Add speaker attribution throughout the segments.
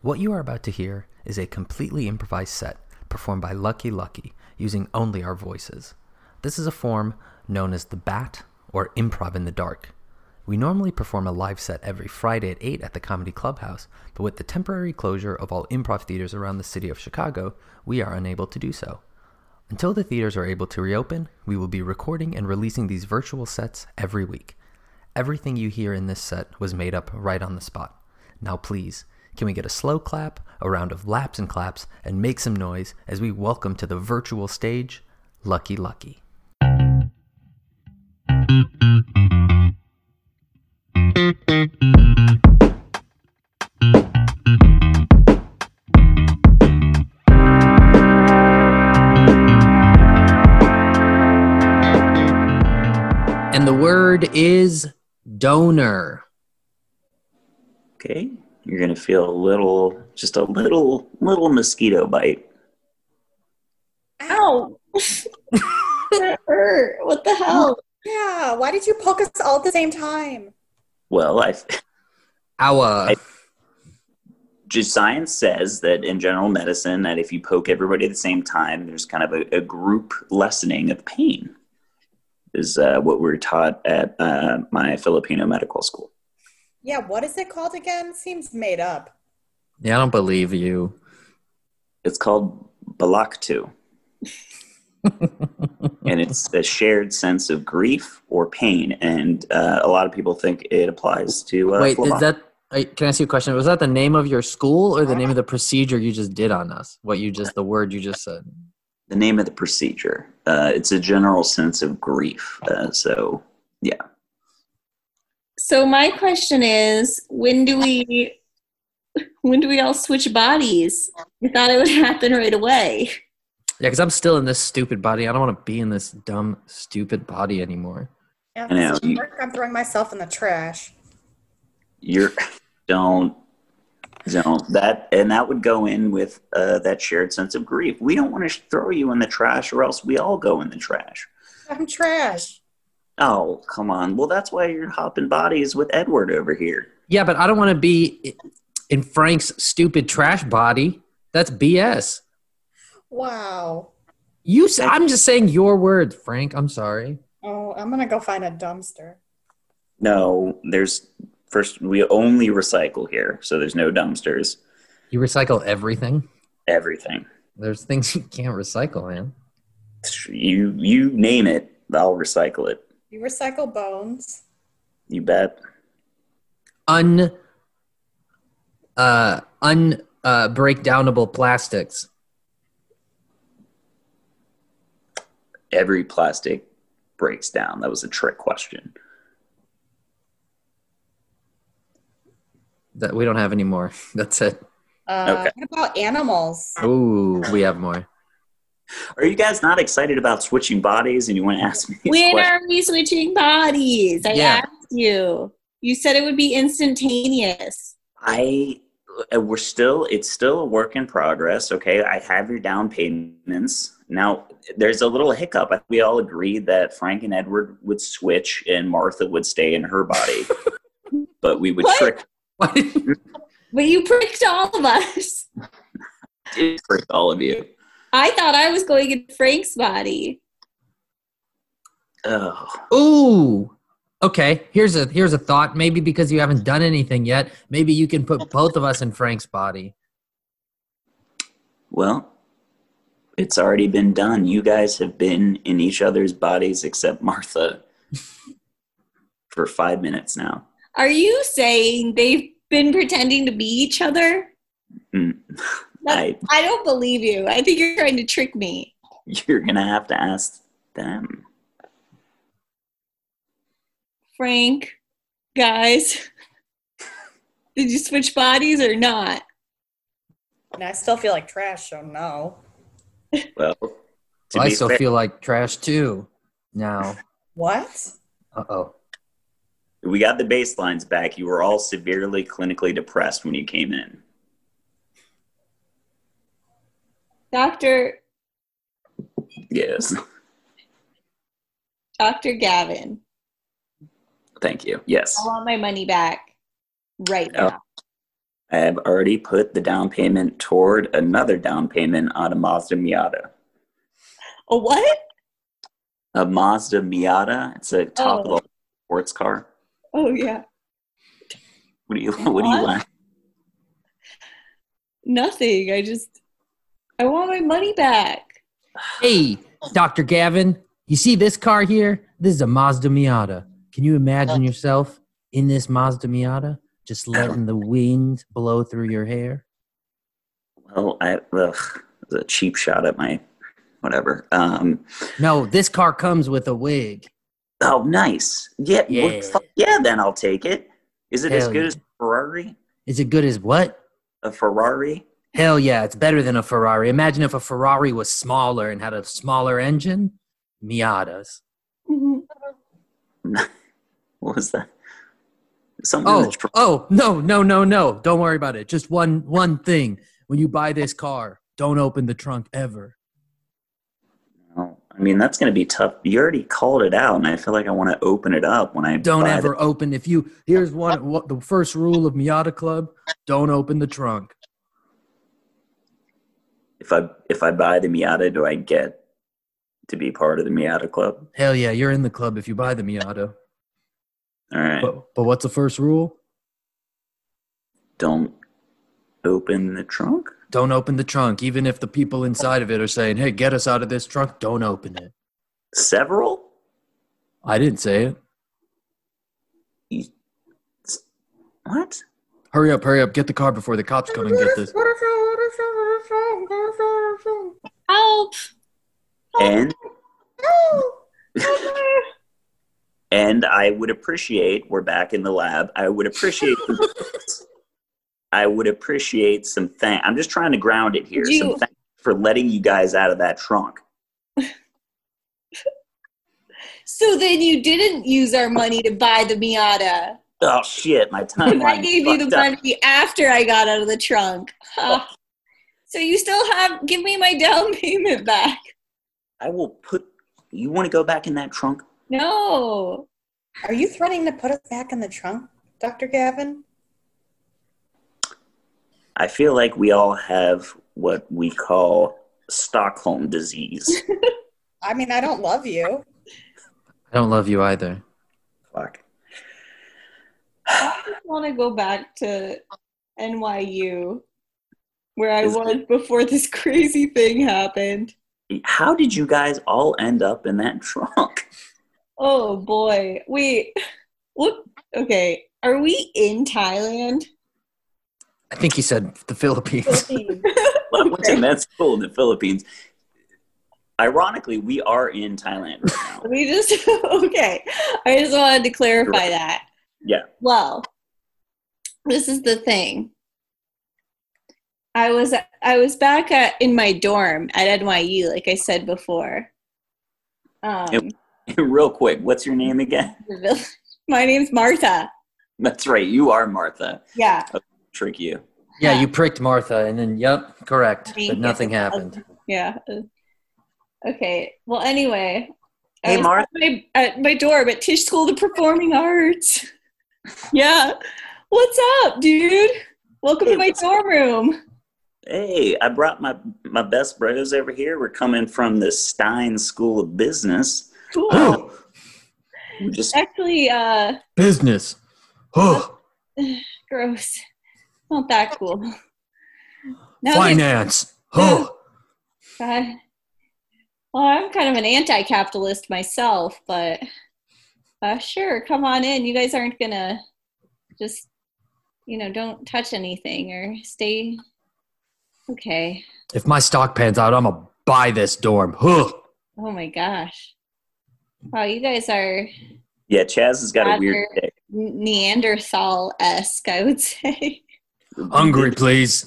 Speaker 1: What you are about to hear is a completely improvised set performed by Lucky Lucky using only our voices. This is a form known as the BAT or improv in the dark. We normally perform a live set every Friday at 8 at the Comedy Clubhouse, but with the temporary closure of all improv theaters around the city of Chicago, we are unable to do so. Until the theaters are able to reopen, we will be recording and releasing these virtual sets every week. Everything you hear in this set was made up right on the spot. Now, please, can we get a slow clap, a round of laps and claps, and make some noise as we welcome to the virtual stage Lucky Lucky?
Speaker 2: And the word is donor.
Speaker 3: Okay. You're going to feel a little, just a little, little mosquito bite.
Speaker 4: Ow! That hurt. What the hell? Yeah, why did you poke us all at the same time?
Speaker 3: Well, I
Speaker 2: Our.
Speaker 3: I- just science says that in general medicine, that if you poke everybody at the same time, there's kind of a, a group lessening of pain. Is uh, what we were taught at uh, my Filipino medical school.
Speaker 4: Yeah, what is it called again? Seems made up.
Speaker 2: Yeah, I don't believe you.
Speaker 3: It's called Balaktu. and it's a shared sense of grief or pain. And uh, a lot of people think it applies to. Uh,
Speaker 2: Wait,
Speaker 3: full-on.
Speaker 2: is that? I- Can I ask you a question? Was that the name of your school or the name of the procedure you just did on us? What you just, the word you just said.
Speaker 3: the name of the procedure? Uh, it's a general sense of grief. Uh, so,
Speaker 5: So my question is, when do we when do we all switch bodies? I thought it would happen right away.
Speaker 2: Yeah, because I'm still in this stupid body. I don't want to be in this dumb, stupid body anymore.
Speaker 4: Yeah,
Speaker 3: I know,
Speaker 4: this
Speaker 3: you-
Speaker 4: work, I'm throwing myself in the trash.
Speaker 3: you're don't don't that and that would go in with uh, that shared sense of grief. We don't want to throw you in the trash, or else we all go in the trash.
Speaker 4: I'm trash.
Speaker 3: Oh, come on. Well, that's why you're hopping bodies with Edward over here.
Speaker 2: Yeah, but I don't want to be i- in Frank's stupid trash body. That's BS.
Speaker 4: Wow.
Speaker 2: You, s- I'm just saying your words, Frank. I'm sorry.
Speaker 4: Oh, I'm gonna go find a dumpster.
Speaker 3: No, there's first we only recycle here, so there's no dumpsters.
Speaker 2: You recycle everything.
Speaker 3: Everything.
Speaker 2: There's things you can't recycle, man.
Speaker 3: You you name it, I'll recycle it.
Speaker 4: You recycle bones.
Speaker 3: You bet.
Speaker 2: Un, uh, un, uh, breakdownable plastics.
Speaker 3: Every plastic breaks down. That was a trick question.
Speaker 2: That we don't have anymore. That's it.
Speaker 4: Uh,
Speaker 3: Okay.
Speaker 4: What about animals?
Speaker 2: Ooh, we have more.
Speaker 3: Are you guys not excited about switching bodies and you want to ask me these
Speaker 5: When
Speaker 3: questions?
Speaker 5: are we switching bodies? I
Speaker 2: Yeah.
Speaker 5: asked you. You said it would be instantaneous.
Speaker 3: I uh, we're still it's still a work in progress. Okay, I have your down payments. Now there's a little hiccup. I think We all agreed that Frank and Edward would switch, and Martha would stay in her body, but we would
Speaker 5: What?
Speaker 3: trick,
Speaker 2: What?
Speaker 5: But you pricked all of us.
Speaker 3: trick all of you.
Speaker 5: I thought I was going in Frank's body.
Speaker 3: Oh,
Speaker 2: Ooh. Okay, here's a here's a thought. Maybe because you haven't done anything yet, maybe you can put both of us in Frank's body.
Speaker 3: well, it's already been done. You guys have been in each other's bodies except Martha for five minutes now.
Speaker 5: Are you saying they've been pretending to be each other?
Speaker 3: Mm. I,
Speaker 5: I don't believe you. I think you're trying to trick me.
Speaker 3: you're gonna have to ask them.
Speaker 5: Frank, guys, did you switch bodies or not?
Speaker 4: And I still feel like trash, so no.
Speaker 3: Well, to
Speaker 2: I
Speaker 3: be
Speaker 2: still
Speaker 3: fair-
Speaker 2: feel like trash too. Now,
Speaker 4: What?
Speaker 2: uh oh.
Speaker 3: we got the baselines back. You were all severely clinically depressed when you came in.
Speaker 5: Dr.
Speaker 3: Yes.
Speaker 5: Dr. Gavin,
Speaker 3: Thank you. Yes.
Speaker 5: Oh. I want my money back right
Speaker 3: Oh.
Speaker 5: now.
Speaker 3: I have already put the down payment toward another down payment on a Mazda Miata.
Speaker 5: A what?
Speaker 3: A Mazda Miata. It's a top
Speaker 5: Oh.
Speaker 3: of the sports car.
Speaker 5: Oh yeah.
Speaker 3: What do you What do you
Speaker 5: What?
Speaker 3: want?
Speaker 5: Nothing. I just I want my money back.
Speaker 2: Hey, Dr. Gavin, you see this car here? This is a Mazda Miata. Can you imagine yourself in this Mazda Miata just letting the wind blow through your hair?
Speaker 3: Well, Oh, I ugh, it's a cheap shot at my whatever. Um,
Speaker 2: No, this car comes with a wig.
Speaker 3: oh, nice. Yeah, yeah.
Speaker 2: Yeah.
Speaker 3: fuck yeah. Then I'll take it. Is it as
Speaker 2: Hell
Speaker 3: good
Speaker 2: yeah.
Speaker 3: as Ferrari?
Speaker 2: Is it good as what?
Speaker 3: A Ferrari?
Speaker 2: Hell yeah, it's better than a Ferrari. Imagine if a Ferrari was smaller and had a smaller engine. Miatas.
Speaker 5: Mhm.
Speaker 3: What was that? Something.
Speaker 2: Oh,
Speaker 3: that's tr-
Speaker 2: oh, no, no, no, no. Don't worry about it. Just one one thing. When you buy this car, don't open the trunk ever.
Speaker 3: No, I mean, that's going to be tough. You already called it out, and I feel like I want to open it up when I
Speaker 2: Don't
Speaker 3: buy the-
Speaker 2: ever open if you here's one what, the first rule of Miata Club, don't open the trunk.
Speaker 3: if I if I buy the Miata, do I get to be part of the Miata club?
Speaker 2: Hell yeah, you're in the club if you buy the Miata.
Speaker 3: All right,
Speaker 2: But, but what's the first rule?
Speaker 3: don't open the trunk.
Speaker 2: Don't open the trunk even if the people inside of it are saying, "Hey, get us out of this trunk." Don't open it.
Speaker 3: Several.
Speaker 2: I didn't say it.
Speaker 3: What?
Speaker 2: Hurry up, hurry up. Get the car before the cops come and get this.
Speaker 6: Help!
Speaker 3: And and I would appreciate. We're back in the lab. I would appreciate. I would appreciate some thank. I'm just trying to ground it here.
Speaker 5: Would you-
Speaker 3: Some thanks for letting you guys out of that trunk.
Speaker 5: So then you didn't use our money to buy the Miata.
Speaker 3: Oh shit, my timeline.
Speaker 5: I gave you the
Speaker 3: fucked up.
Speaker 5: money after I got out of the trunk. Huh. So you still have give me my down payment back.
Speaker 3: I will put. You want to go back in that trunk?
Speaker 5: No.
Speaker 4: Are you threatening to put us back in the trunk, Dr. Gavin?
Speaker 3: I feel like we all have what we call Stockholm disease.
Speaker 4: I mean, I don't love you.
Speaker 2: I don't love you either.
Speaker 3: Fuck.
Speaker 5: I just want to go back to NYU where I
Speaker 3: Is-
Speaker 5: was before this crazy thing happened.
Speaker 3: How did you guys all end up in that trunk?
Speaker 5: Oh boy. Wait. What? Okay. Are we in Thailand?
Speaker 2: I think he said the Philippines.
Speaker 3: Well, I went to med school in the Philippines. Ironically, we are in Thailand right now.
Speaker 5: We just okay. I just wanted to clarify that.
Speaker 3: Yeah.
Speaker 5: Well, this is the thing. I was I was back at in my dorm at NYU, like I said before. Um,
Speaker 3: Real quick, what's your name again?
Speaker 5: my name's Martha.
Speaker 3: That's right, you are Martha.
Speaker 5: Yeah.
Speaker 3: Trick you.
Speaker 2: yeah, you pricked Martha, and then yep, correct.
Speaker 5: Thank
Speaker 2: But nothing
Speaker 5: you.
Speaker 2: happened.
Speaker 5: Yeah. Okay. Well, anyway. I
Speaker 3: Hey,
Speaker 5: was
Speaker 3: Martha.
Speaker 5: At my, at my dorm at Tisch School of the Performing Arts. yeah. What's up, dude? Welcome
Speaker 3: Hey,
Speaker 5: to my
Speaker 3: what's up?
Speaker 5: dorm room.
Speaker 3: Hey, I brought my my best bros over here. We're coming from the Stein School of Business.
Speaker 5: Cool.
Speaker 3: We just
Speaker 5: Actually, uh,
Speaker 2: Business. Oh,
Speaker 5: gross. Not that cool. Now that-
Speaker 2: finance. Oh,
Speaker 5: God. Well, I'm kind of an anti-capitalist myself, but uh, sure, come on in. You guys aren't gonna just, you know, don't touch anything or stay. Okay.
Speaker 2: if my stock pans out, I'm gonna buy this dorm. Oh,
Speaker 5: Oh my gosh. Wow, you guys are
Speaker 3: yeah, Chaz has got a weird
Speaker 5: Roger.
Speaker 3: day.
Speaker 5: Neanderthal-esque, I would say.
Speaker 2: hungry, please.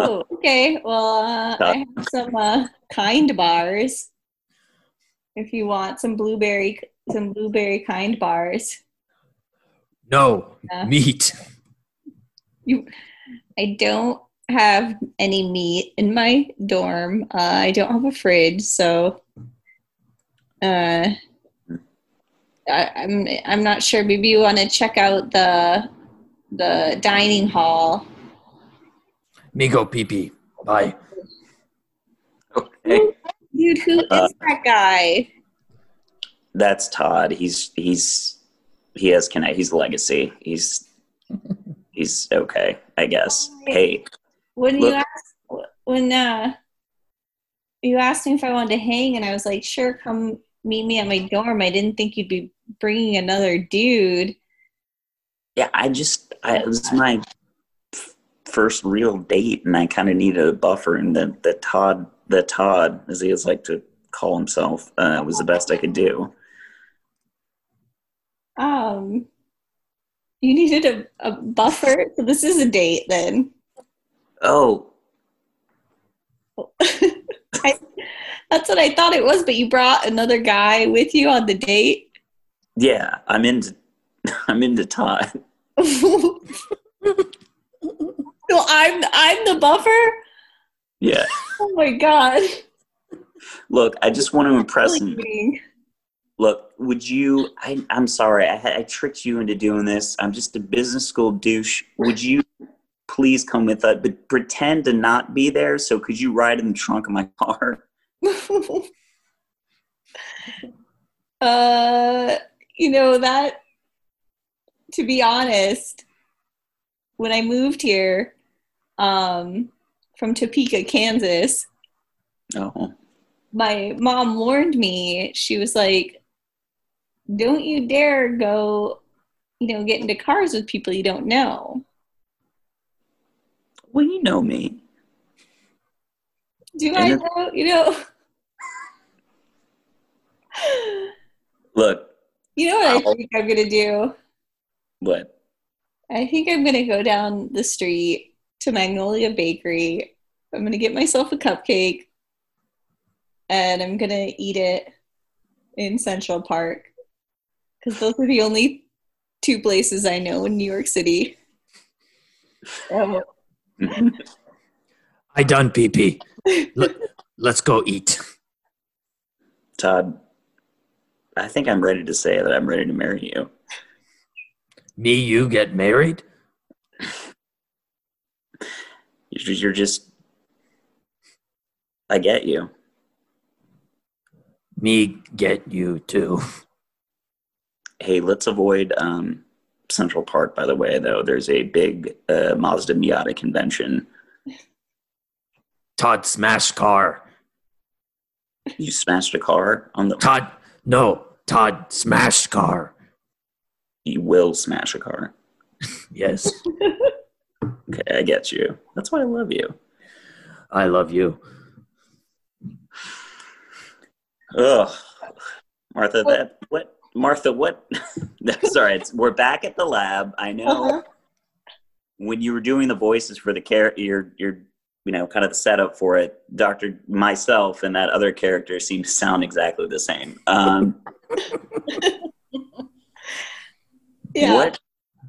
Speaker 5: Oh, okay. Well, uh, I have some uh, kind bars. If you want some blueberry, some blueberry kind bars.
Speaker 2: No
Speaker 5: Yeah.
Speaker 2: meat.
Speaker 5: I don't have any meat in my dorm. Uh, I don't have a fridge, so uh, I, I'm I'm not sure. Maybe you want to check out the the dining hall.
Speaker 2: Miko pee Bye.
Speaker 3: Okay.
Speaker 5: Dude, who is
Speaker 3: Uh,
Speaker 5: that guy?
Speaker 3: That's Todd. He's he's he has connect. He's legacy. He's he's okay, I guess. Hey,
Speaker 5: When you
Speaker 3: look-
Speaker 5: asked when uh, you asked me if I wanted to hang, and I was like, "Sure, come meet me at my dorm." I didn't think you'd be bringing another dude.
Speaker 3: yeah, I just I, it was my f- first real date, and I kind of needed a buffer. And the the Todd the Todd, as he is like to call himself, uh, was the best I could do.
Speaker 5: Um, you needed a, a buffer, so this is a date then.
Speaker 3: Oh,
Speaker 5: I, that's what I thought it was, but you brought another guy with you on the date.
Speaker 3: yeah, I'm into I'm into Todd.
Speaker 5: no, I'm I'm the buffer.
Speaker 3: Yeah,
Speaker 5: Oh my god!
Speaker 3: look, I just want to impress him.
Speaker 5: Sleeping.
Speaker 3: Look, would you? I, I'm sorry, I, had- I tricked you into doing this. I'm just a business school douche. Would you please come with us, but pretend to not be there? So, could you ride in the trunk of my car?
Speaker 5: uh, you know that. To be honest, when I moved here um, from Topeka, Kansas,
Speaker 3: Oh,
Speaker 5: my mom warned me. She was like, "Don't you dare go, you know, get into cars with people you don't know."
Speaker 3: well, you know me.
Speaker 5: Do I
Speaker 3: And
Speaker 5: know? You know.
Speaker 3: Look,
Speaker 5: You know what I
Speaker 3: Wow.
Speaker 5: think I'm gonna do?
Speaker 3: what?
Speaker 5: I think I'm gonna go down the street to Magnolia Bakery. I'm gonna get myself a cupcake and I'm gonna eat it in Central Park because those are the only two places I know in New York City. Um,
Speaker 2: I done pee pee. Let, let's go eat.
Speaker 3: Todd, I think I'm ready to say that I'm ready to marry you.
Speaker 2: Me, you get married?
Speaker 3: You're you're just, I get you.
Speaker 2: Me, get you too.
Speaker 3: Hey, let's avoid um, Central Park, by the way, though. There's a big uh, Mazda Miata convention.
Speaker 2: Todd, smash car.
Speaker 3: You smashed a car on the.
Speaker 2: Todd, no. Todd, smash car.
Speaker 3: You will smash a car.
Speaker 2: Yes,
Speaker 3: Okay, I get you. That's why I love you.
Speaker 2: I love you.
Speaker 3: Ugh, Martha, that what? Martha, what? That's all right. We're back at the lab. I know.
Speaker 5: Uh-huh.
Speaker 3: When you were doing the voices for the character, your your you know kind of the setup for it. Doctor, myself, and that other character seem to sound exactly the same. Um,
Speaker 5: yeah.
Speaker 3: What?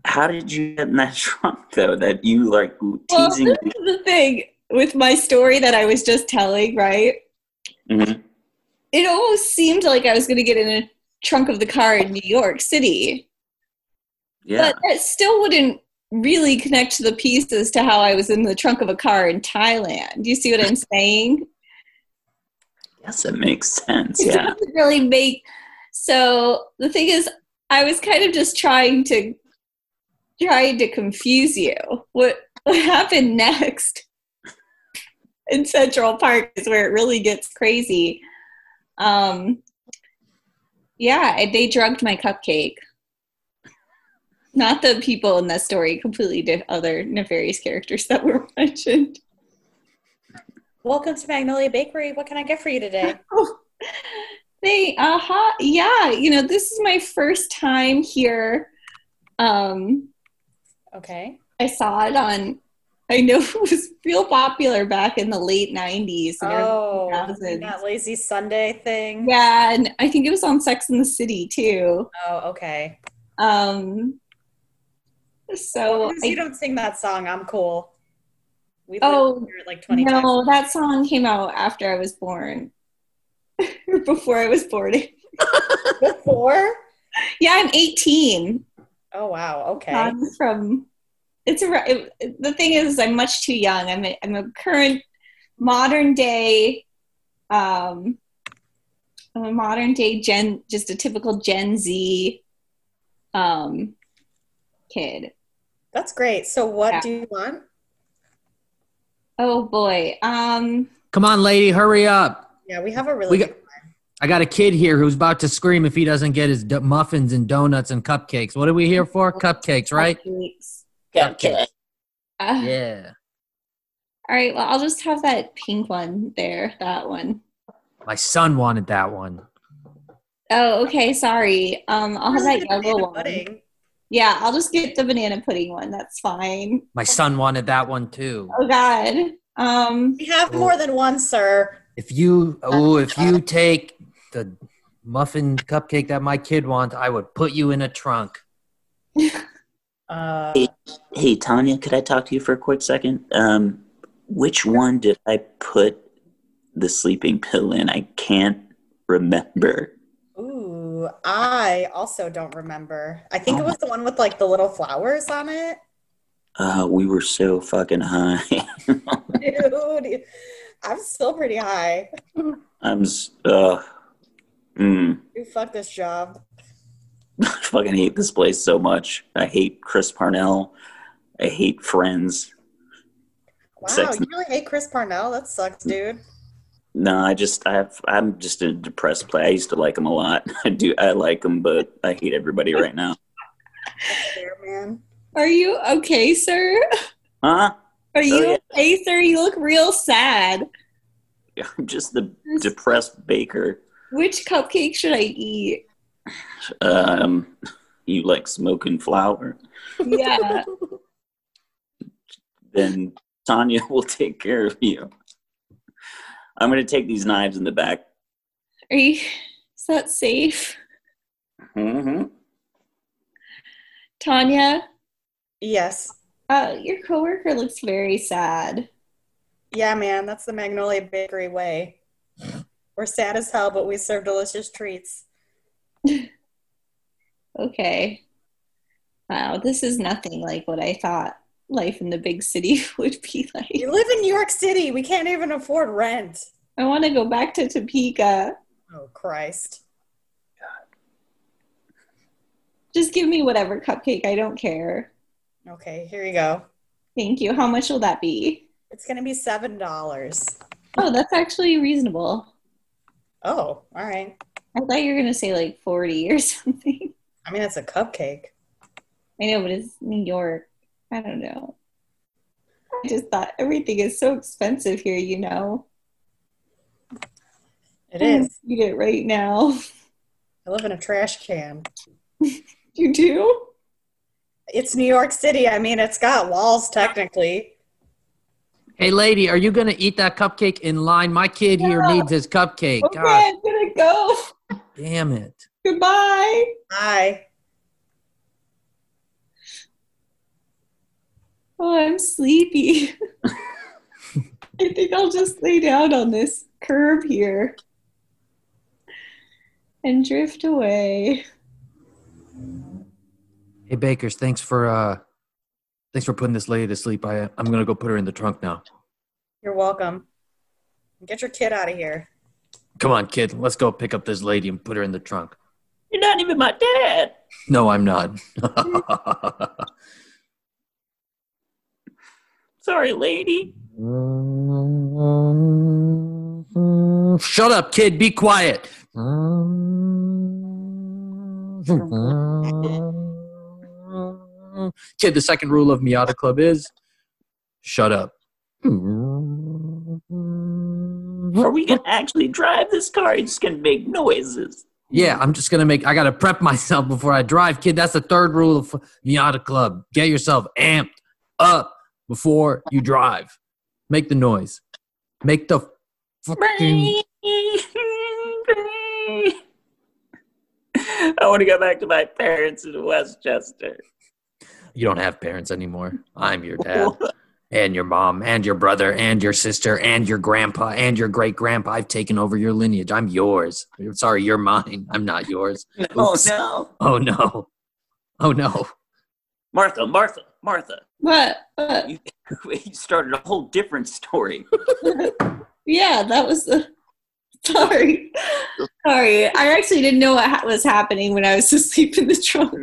Speaker 3: How did you get in that trunk though? That you like
Speaker 5: Well,
Speaker 3: teasing?
Speaker 5: this is the thing with my story that I was just telling, right?
Speaker 3: Mhm.
Speaker 5: It almost seemed like I was going to get in a trunk of the car in New York City,
Speaker 3: Yeah,
Speaker 5: but that still wouldn't really connect to the pieces to how I was in the trunk of a car in Thailand. You see what I'm saying?
Speaker 3: yes, it makes sense.
Speaker 5: It
Speaker 3: Yeah,
Speaker 5: doesn't really make. So the thing is, I was kind of just trying to trying to confuse you. What what happened next in Central Park is where it really gets crazy. Um, yeah, I- they drugged my cupcake. Not the people in that story, completely diff- other nefarious characters that were mentioned.
Speaker 4: Welcome to Magnolia Bakery. What can I get for you today?
Speaker 5: They aha yeah, you know, this is my first time here. Um
Speaker 4: Okay.
Speaker 5: I saw it on I know it was real popular back in the late 90s and early
Speaker 4: Oh,
Speaker 5: 2000s.
Speaker 4: that lazy Sunday thing.
Speaker 5: Yeah, and I think it was on Sex in the City too.
Speaker 4: Oh, okay.
Speaker 5: Um
Speaker 4: As
Speaker 5: so
Speaker 4: long as
Speaker 5: I-
Speaker 4: you don't sing that song, I'm cool. We
Speaker 5: Oh,
Speaker 4: lived here like 20 times.
Speaker 5: no, that song came out after I was born. Before I was born.
Speaker 4: Before?
Speaker 5: Yeah, I'm 18.
Speaker 4: Oh, wow. Okay.
Speaker 5: Um, I'm from it's a, it, the thing is I'm much too young. I'm a, I'm a current modern day um I'm a modern day gen just a typical Gen Z um kid.
Speaker 4: That's great. So, what
Speaker 5: Yeah.
Speaker 4: do you want?
Speaker 5: Oh boy. Um
Speaker 2: Come on, lady, hurry up.
Speaker 4: Yeah, we have a really
Speaker 2: We got,
Speaker 4: good
Speaker 2: I got a kid here who's about to scream if he doesn't get his d- muffins and donuts and cupcakes. What are we here for? Cupcakes, right?
Speaker 5: cupcakes.
Speaker 3: Cupcake.
Speaker 5: Uh,
Speaker 2: Yeah.
Speaker 5: All right, well I'll just have that pink one there, that one.
Speaker 2: My son wanted that one.
Speaker 5: Oh, okay, sorry. Um I'll have that
Speaker 4: Really good
Speaker 5: yellow
Speaker 4: banana
Speaker 5: one.
Speaker 4: pudding.
Speaker 5: Yeah, I'll just get the banana pudding one. That's fine.
Speaker 2: My son wanted that one too.
Speaker 5: Oh god. Um
Speaker 4: We have more than one, sir.
Speaker 2: If you, oh, if you take the muffin cupcake that my kid wants, I would put you in a trunk.
Speaker 4: Uh,
Speaker 3: Hey, Tanya, could I talk to you for a quick second? Um, which one did I put the sleeping pill in? I can't remember.
Speaker 4: ooh, I also don't remember. I think it was the one with like the little flowers on it.
Speaker 3: Uh, we were so fucking high.
Speaker 4: Dude, I'm still pretty high.
Speaker 3: I'm s- uh, mm,
Speaker 4: Dude, fuck this job.
Speaker 3: I fucking hate this place so much. I hate Chris Parnell. I hate Friends.
Speaker 4: Wow,
Speaker 3: Sex-
Speaker 4: you really hate Chris Parnell? That sucks, dude.
Speaker 3: No, I just I have, I'm just a depressed play. I used to like him a lot. I do I like him, but I hate everybody right now.
Speaker 4: That's fair, man.
Speaker 5: Are you okay, sir?
Speaker 3: Huh?
Speaker 5: Are you
Speaker 3: yeah.
Speaker 5: okay, sir? You look real sad.
Speaker 3: I'm just the depressed baker.
Speaker 5: Which cupcake should I eat?
Speaker 3: Um, you like smoking flour?
Speaker 5: Yeah.
Speaker 3: Then Tanya will take care of you. I'm gonna take these knives in the back.
Speaker 5: Are you is that safe?
Speaker 3: hmm
Speaker 5: Tanya,
Speaker 4: Yes.
Speaker 5: uh, your coworker looks very sad.
Speaker 4: Yeah, man, that's the Magnolia Bakery way. We're sad as hell, but we serve delicious treats.
Speaker 5: Okay. Wow, this is nothing like what I thought life in the big city would be like.
Speaker 4: You live in New York City. We can't even afford rent.
Speaker 5: I want to go back to Topeka.
Speaker 4: Oh, Christ.
Speaker 5: Just give me whatever cupcake. I don't care.
Speaker 4: Okay, here you go.
Speaker 5: Thank you. How much will that be?
Speaker 4: It's going to be $7.
Speaker 5: Oh, that's actually reasonable.
Speaker 4: Oh, all right.
Speaker 5: I thought you were gonna say like forty or something.
Speaker 4: I mean, it's a cupcake.
Speaker 5: I know, but it's New York. I don't know. I just thought everything is so expensive here, you know.
Speaker 4: It is.
Speaker 5: Eat it right now.
Speaker 4: I live in a trash can.
Speaker 5: You do?
Speaker 4: It's New York City. I mean, it's got walls technically.
Speaker 2: Hey, lady, are you gonna eat that cupcake in line? My kid here
Speaker 5: No.
Speaker 2: needs his cupcake.
Speaker 5: Okay,
Speaker 2: God
Speaker 5: I'm gonna go.
Speaker 2: damn it.
Speaker 5: Goodbye.
Speaker 4: Hi.
Speaker 5: Oh, I'm sleepy. I think I'll just lay down on this curb here and drift away.
Speaker 2: Hey, Bakers, thanks for uh, thanks for putting this lady to sleep. I I'm gonna go put her in the trunk now.
Speaker 4: You're welcome. Get your kid out of here.
Speaker 2: Come on, kid, let's go pick up this lady and put her in the trunk.
Speaker 3: You're not even my dad.
Speaker 2: No, I'm not.
Speaker 3: Sorry, lady.
Speaker 2: Shut up, kid. Be quiet. Kid, the second rule of Miata Club is shut up.
Speaker 3: Are we gonna actually drive this car? It's gonna make noises.
Speaker 2: Yeah, I'm just gonna make. I gotta prep myself before I drive, kid. That's the third rule of Miata Club. Get yourself amped up before you drive. Make the noise. Make the fucking.
Speaker 3: I want to go back to my parents in Westchester.
Speaker 2: You don't have parents anymore. I'm your dad, and your mom, and your brother, and your sister, and your grandpa, and your great grandpa. I've taken over your lineage. I'm yours. Sorry, you're mine. I'm not yours.
Speaker 3: Oh
Speaker 2: Oops.
Speaker 3: no,
Speaker 2: Oh no. Oh no.
Speaker 3: Martha, Martha, Martha!
Speaker 5: What? what?
Speaker 3: you started a whole different story.
Speaker 5: Yeah, that was the. Sorry. Sorry. I actually didn't know what ha- was happening when I was asleep in the trunk.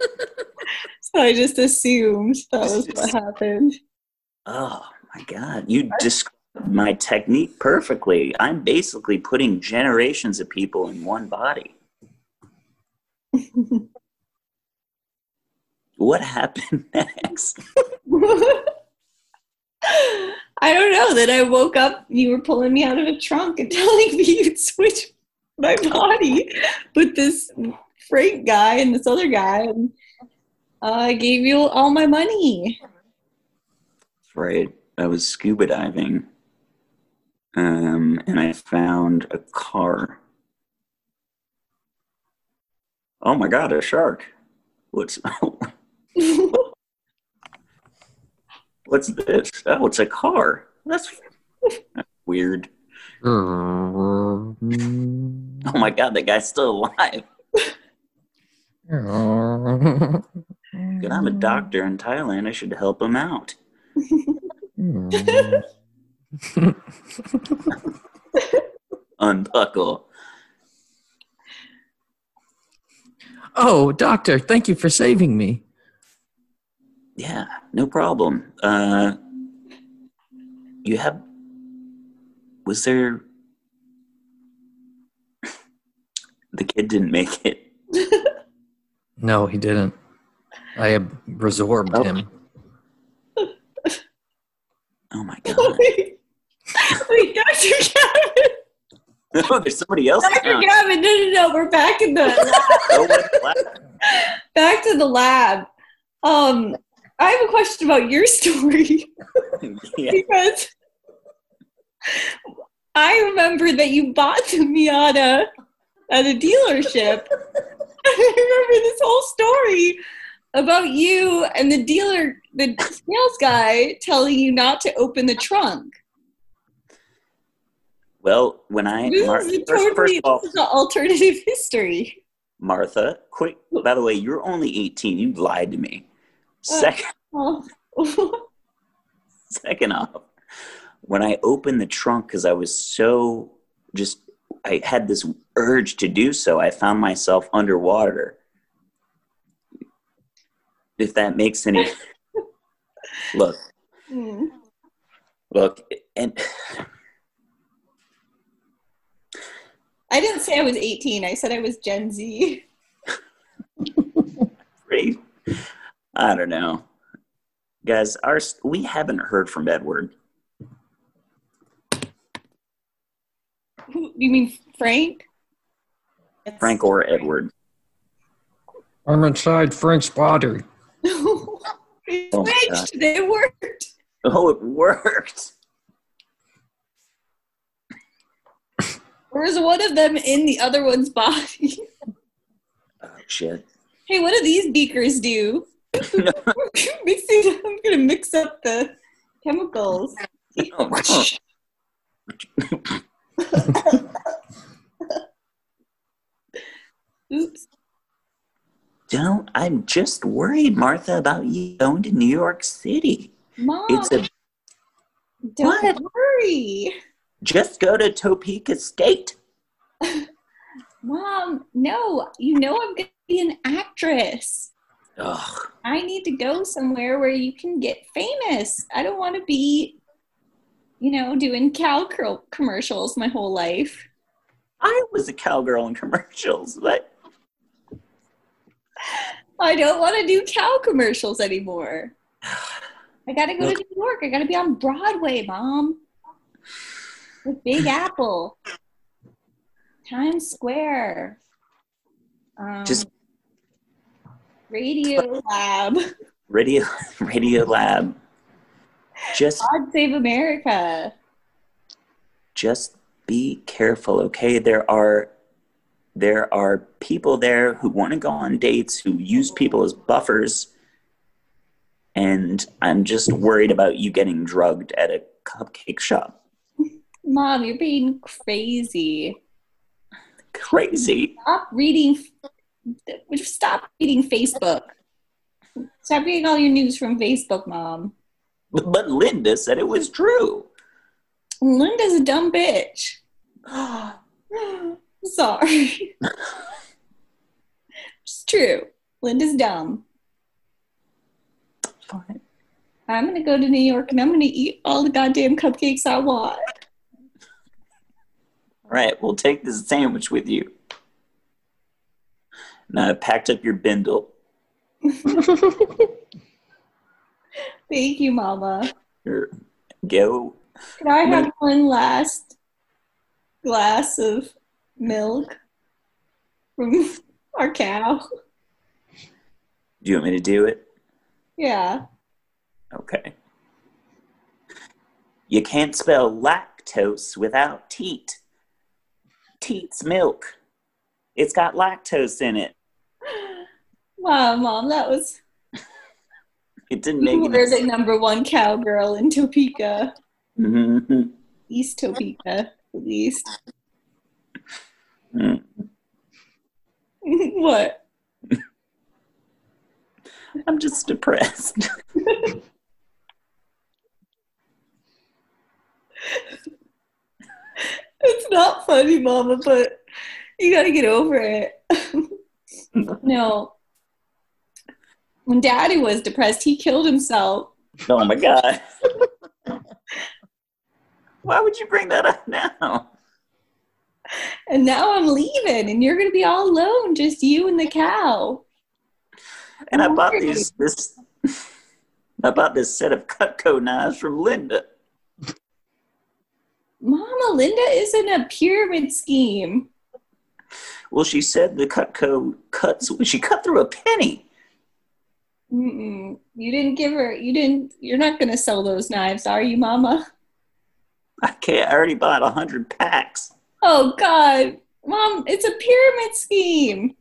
Speaker 5: so I just assumed that was what happened.
Speaker 3: Oh my God. You described my technique perfectly. I'm basically putting generations of people in one body. what happened next?
Speaker 5: I don't know. Then I woke up, you were pulling me out of a trunk and telling me you'd switch my body with this Frank guy and this other guy. And uh, I gave you all my money.
Speaker 3: Right. I was scuba diving. Um, and I found a car. Oh my god, a shark. What's what's this? Oh, it's a car. That's, that's weird. Oh my god, that guy's still alive. Good, I'm a doctor in Thailand. I should help him out. Unbuckle.
Speaker 2: Oh, doctor, thank you for saving me.
Speaker 3: Yeah, no problem. Uh, you have. Was there. the kid didn't make it.
Speaker 2: No, he didn't. I ab- resorbed
Speaker 3: Oh.
Speaker 2: him.
Speaker 3: Oh my god.
Speaker 5: Wait, Wait, Dr. Gavin.
Speaker 3: no, Oh, there's somebody else.
Speaker 5: Dr.
Speaker 3: down.
Speaker 5: Gavin, no, no, no. We're back in the
Speaker 3: No one's left.
Speaker 5: back to the lab. Um, I have a question about your story.
Speaker 3: yeah.
Speaker 5: because I remember that you bought the Miata at a dealership. I remember this whole story about you and the dealer, the sales guy, telling you not to open the trunk.
Speaker 3: Well, when I
Speaker 5: This
Speaker 3: Mar-
Speaker 5: is a
Speaker 3: first, first
Speaker 5: totally
Speaker 3: of all,
Speaker 5: this is an alternative history.
Speaker 3: Martha, quick. By the way, you're only 18. You lied to me. Second,
Speaker 5: Oh.
Speaker 3: second off, when I opened the trunk because I was so just, I had this urge to do so. I found myself underwater. If that makes any look,
Speaker 5: Mm.
Speaker 3: look, and
Speaker 5: I didn't say I was 18. I said I was Gen Z.
Speaker 3: great. I don't know, guys. Our we haven't heard from Edward.
Speaker 5: Who, you mean Frank?
Speaker 4: It's-
Speaker 3: Frank or Edward.
Speaker 2: I'm inside French body.
Speaker 5: it
Speaker 3: Oh my
Speaker 5: switched. They worked.
Speaker 3: Oh, it worked.
Speaker 5: Or is one of them in the other one's body?
Speaker 3: Oh, shit.
Speaker 5: hey, what do these beakers do? Mixing, I'm gonna mix up the chemicals.
Speaker 3: Oh,
Speaker 5: Oops.
Speaker 3: don't. I'm just worried, Martha, about you going to New York City.
Speaker 5: Mom,
Speaker 3: It's a
Speaker 5: don't
Speaker 3: what?
Speaker 5: worry.
Speaker 3: just go to Topeka State.
Speaker 5: Mom, no, you know I'm gonna be an actress.
Speaker 3: Ugh.
Speaker 5: I need to go somewhere where you can get famous. I don't want to be, you know, doing cow curl commercials my whole life.
Speaker 3: I was a cowgirl in commercials, but
Speaker 5: I don't want to do cow commercials anymore. I gotta go to New York. I gotta be on Broadway, Mom. The Big Apple, Times Square, um,
Speaker 3: Just-
Speaker 5: Radio Lab,
Speaker 3: Radio Radio Lab. Just
Speaker 5: God Save America.
Speaker 3: just be careful, okay? There are there are people there who want to go on dates who use people as buffers. And I'm just worried about you getting drugged at a cupcake shop.
Speaker 5: Mom, you're being crazy.
Speaker 3: Crazy.
Speaker 5: Stop reading. Stop reading Facebook. Stop reading all your news from Facebook, Mom.
Speaker 3: But, but Linda said it was true.
Speaker 5: Linda's a dumb bitch. Sorry. it's true. Linda's dumb.
Speaker 3: Fine.
Speaker 5: I'm gonna go to New York and I'm gonna eat all the goddamn cupcakes I want.
Speaker 3: All right, we'll take this sandwich with you. And I packed up your bindle.
Speaker 5: Thank you, Mama.
Speaker 3: Here, go.
Speaker 5: Can I have
Speaker 3: No.
Speaker 5: one last glass of milk from our cow?
Speaker 3: Do you want me to do it?
Speaker 5: Yeah.
Speaker 3: Okay. You can't spell lactose without teat. Teat's milk. It's got lactose in it.
Speaker 5: Wow, Mom, that was
Speaker 3: It didn't make
Speaker 5: you were the
Speaker 3: any
Speaker 5: number one cowgirl in Topeka,
Speaker 3: Mhm.
Speaker 5: East Topeka, at least.
Speaker 3: Mm.
Speaker 5: what?
Speaker 3: I'm just depressed.
Speaker 5: It's not funny, Mama, but you gotta get over it. no. When Daddy was depressed, he killed himself.
Speaker 3: oh my god. Why would you bring that up now?
Speaker 5: And now I'm leaving, and you're gonna be all alone, just you and the cow.
Speaker 3: And I bought these this I bought this set of Cutco knives from Linda.
Speaker 5: Mama, Linda is in a pyramid scheme.
Speaker 3: Well, she said the Cutco cuts. She cut through a penny.
Speaker 5: Mm-mm. You didn't give her. You didn't. You're not gonna sell those knives, are you, Mama?
Speaker 3: I can't. I already bought a hundred packs.
Speaker 5: Oh God, Mom, it's a pyramid scheme.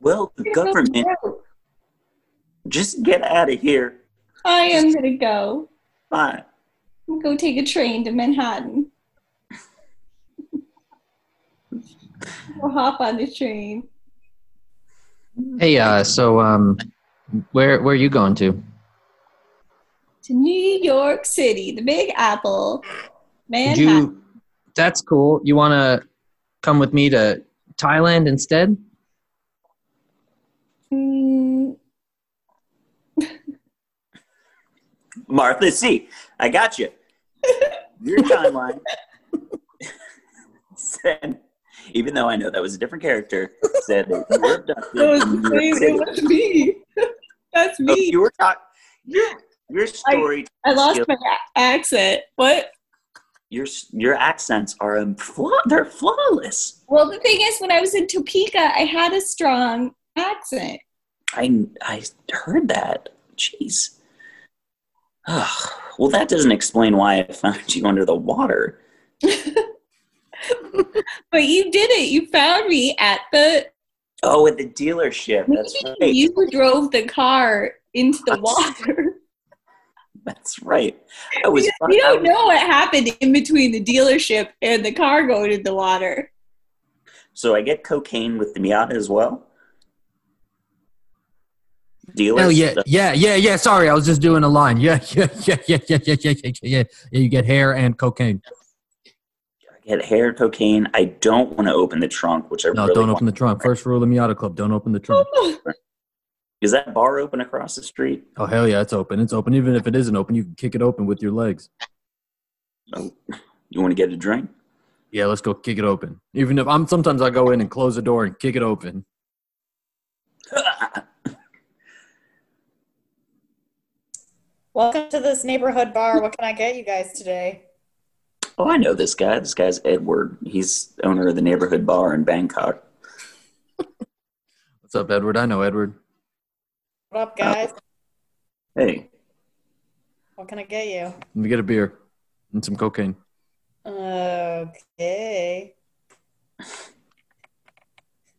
Speaker 3: Well, the
Speaker 5: You're gonna go
Speaker 3: government.
Speaker 5: broke.
Speaker 3: Just get out of here.
Speaker 5: I am gonna go.
Speaker 3: Fine.
Speaker 5: I'm gonna go take a train to Manhattan. we'll hop on the train.
Speaker 2: Hey, uh, so um, where where are you going to?
Speaker 5: to New York City, the Big Apple,
Speaker 2: Would
Speaker 5: Manhattan.
Speaker 2: you? That's cool. You want to come with me to Thailand instead?
Speaker 5: Mm,
Speaker 3: Martha, see, I got you. Your timeline said, even though I know that was a different character, said that you were abducted.
Speaker 5: that was
Speaker 3: from
Speaker 5: the
Speaker 3: New York
Speaker 5: same. Oh,
Speaker 3: City.
Speaker 5: It was me. That's
Speaker 3: So
Speaker 5: me.
Speaker 3: You were talking. Your, your story,
Speaker 5: I lost my a- accent. What?
Speaker 3: your your accents are um, flaw- they're flawless.
Speaker 5: Well, the thing is, when I was in Topeka, I had a strong accent.
Speaker 3: I I heard that. Jeez. Ugh. Well, that doesn't explain why I found you under the water.
Speaker 5: But you did it. You found me at the.
Speaker 3: Oh, at the dealership. That's right.
Speaker 5: You drove the car into the
Speaker 3: That's-
Speaker 5: water.
Speaker 3: That's right. I was.
Speaker 5: You
Speaker 3: I
Speaker 5: don't
Speaker 3: was-
Speaker 5: know what happened in between the dealership and the car going in the water.
Speaker 3: So I get cocaine with the Miata as well. Dealer.
Speaker 2: Oh yeah, yeah, yeah, yeah. Sorry, I was just doing a line. Yeah, yeah, yeah, yeah, yeah, yeah, yeah, yeah, yeah. yeah you get hair and cocaine.
Speaker 3: I get hair cocaine. I don't want to open the trunk, which I
Speaker 2: No,
Speaker 3: really
Speaker 2: don't
Speaker 3: want.
Speaker 2: open the trunk. First rule of Miata Club: don't open the trunk.
Speaker 3: Hmm. Is that bar open across the street?
Speaker 2: Oh hell yeah, it's open. It's open. Even if it isn't open, you can kick it open with your legs.
Speaker 3: You want to get a drink?
Speaker 2: Yeah, let's go kick it open. Even if I'm sometimes I go in and close the door and kick it open.
Speaker 4: Welcome to this neighborhood bar. What can I get you guys today?
Speaker 3: Oh, I know this guy. This guy's Edward. He's owner of the neighborhood bar in Bangkok.
Speaker 2: What's up, Edward? I know Edward.
Speaker 4: What
Speaker 3: Uh,
Speaker 4: up, guys?
Speaker 3: Hey,
Speaker 4: What can I get you?
Speaker 2: Let me get a beer and some cocaine.
Speaker 4: Okay.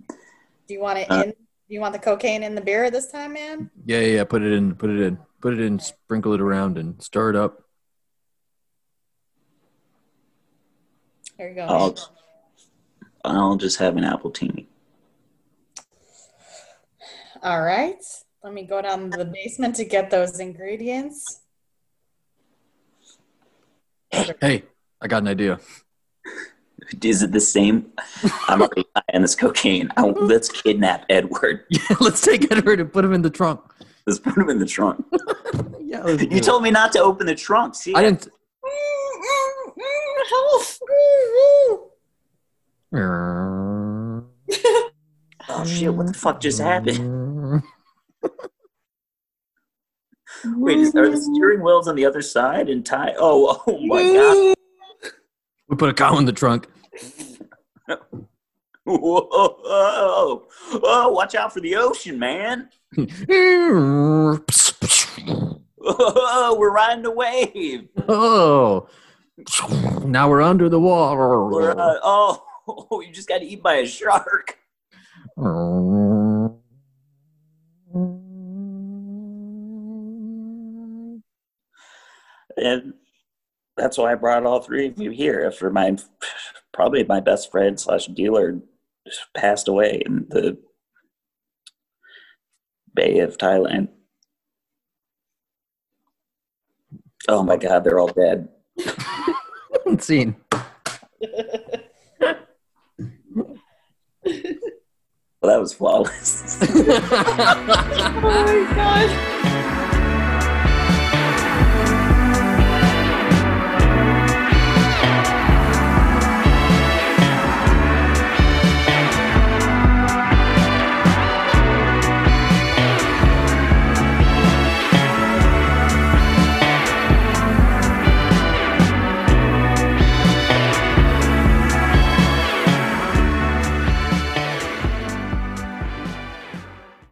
Speaker 4: Do you want it
Speaker 3: Uh,
Speaker 4: in? Do you want the cocaine in the beer this time, man?
Speaker 2: Yeah, yeah, yeah. Put it in. Put it in. Put it in. Sprinkle it around and stir it up.
Speaker 4: There you go.
Speaker 3: I'll, I'll just have an apple teeny.
Speaker 4: All right. Let me go down to the basement to get those ingredients.
Speaker 2: Hey, I got an idea.
Speaker 3: Is it the same? I'm already high on this cocaine. I, let's kidnap Edward.
Speaker 2: let's take Edward and put him in the trunk.
Speaker 3: Let's put him in the trunk.
Speaker 2: Yeah, let's do
Speaker 3: You
Speaker 2: it.
Speaker 3: told me not to open the trunk. See,
Speaker 2: I didn't.
Speaker 3: oh shit! What the fuck just
Speaker 2: Mm.
Speaker 3: happened? Wait, is, are the steering wheels on the other side and tie? Oh, oh
Speaker 2: Mm.
Speaker 3: my god!
Speaker 2: We put a cow in the trunk.
Speaker 3: Whoa, whoa, whoa! Watch out for the ocean, man! Whoa, we're riding the wave.
Speaker 2: Oh, now we're under the
Speaker 3: We're,
Speaker 2: water.
Speaker 3: uh, oh, you just got eaten by a shark. and that's why I brought all three of you here after my probably my best friend slash dealer passed away in the Bay of Thailand. Oh my God, they're all dead.
Speaker 2: Scene.
Speaker 3: Well, that was flawless.
Speaker 2: Mm.
Speaker 5: Oh my god.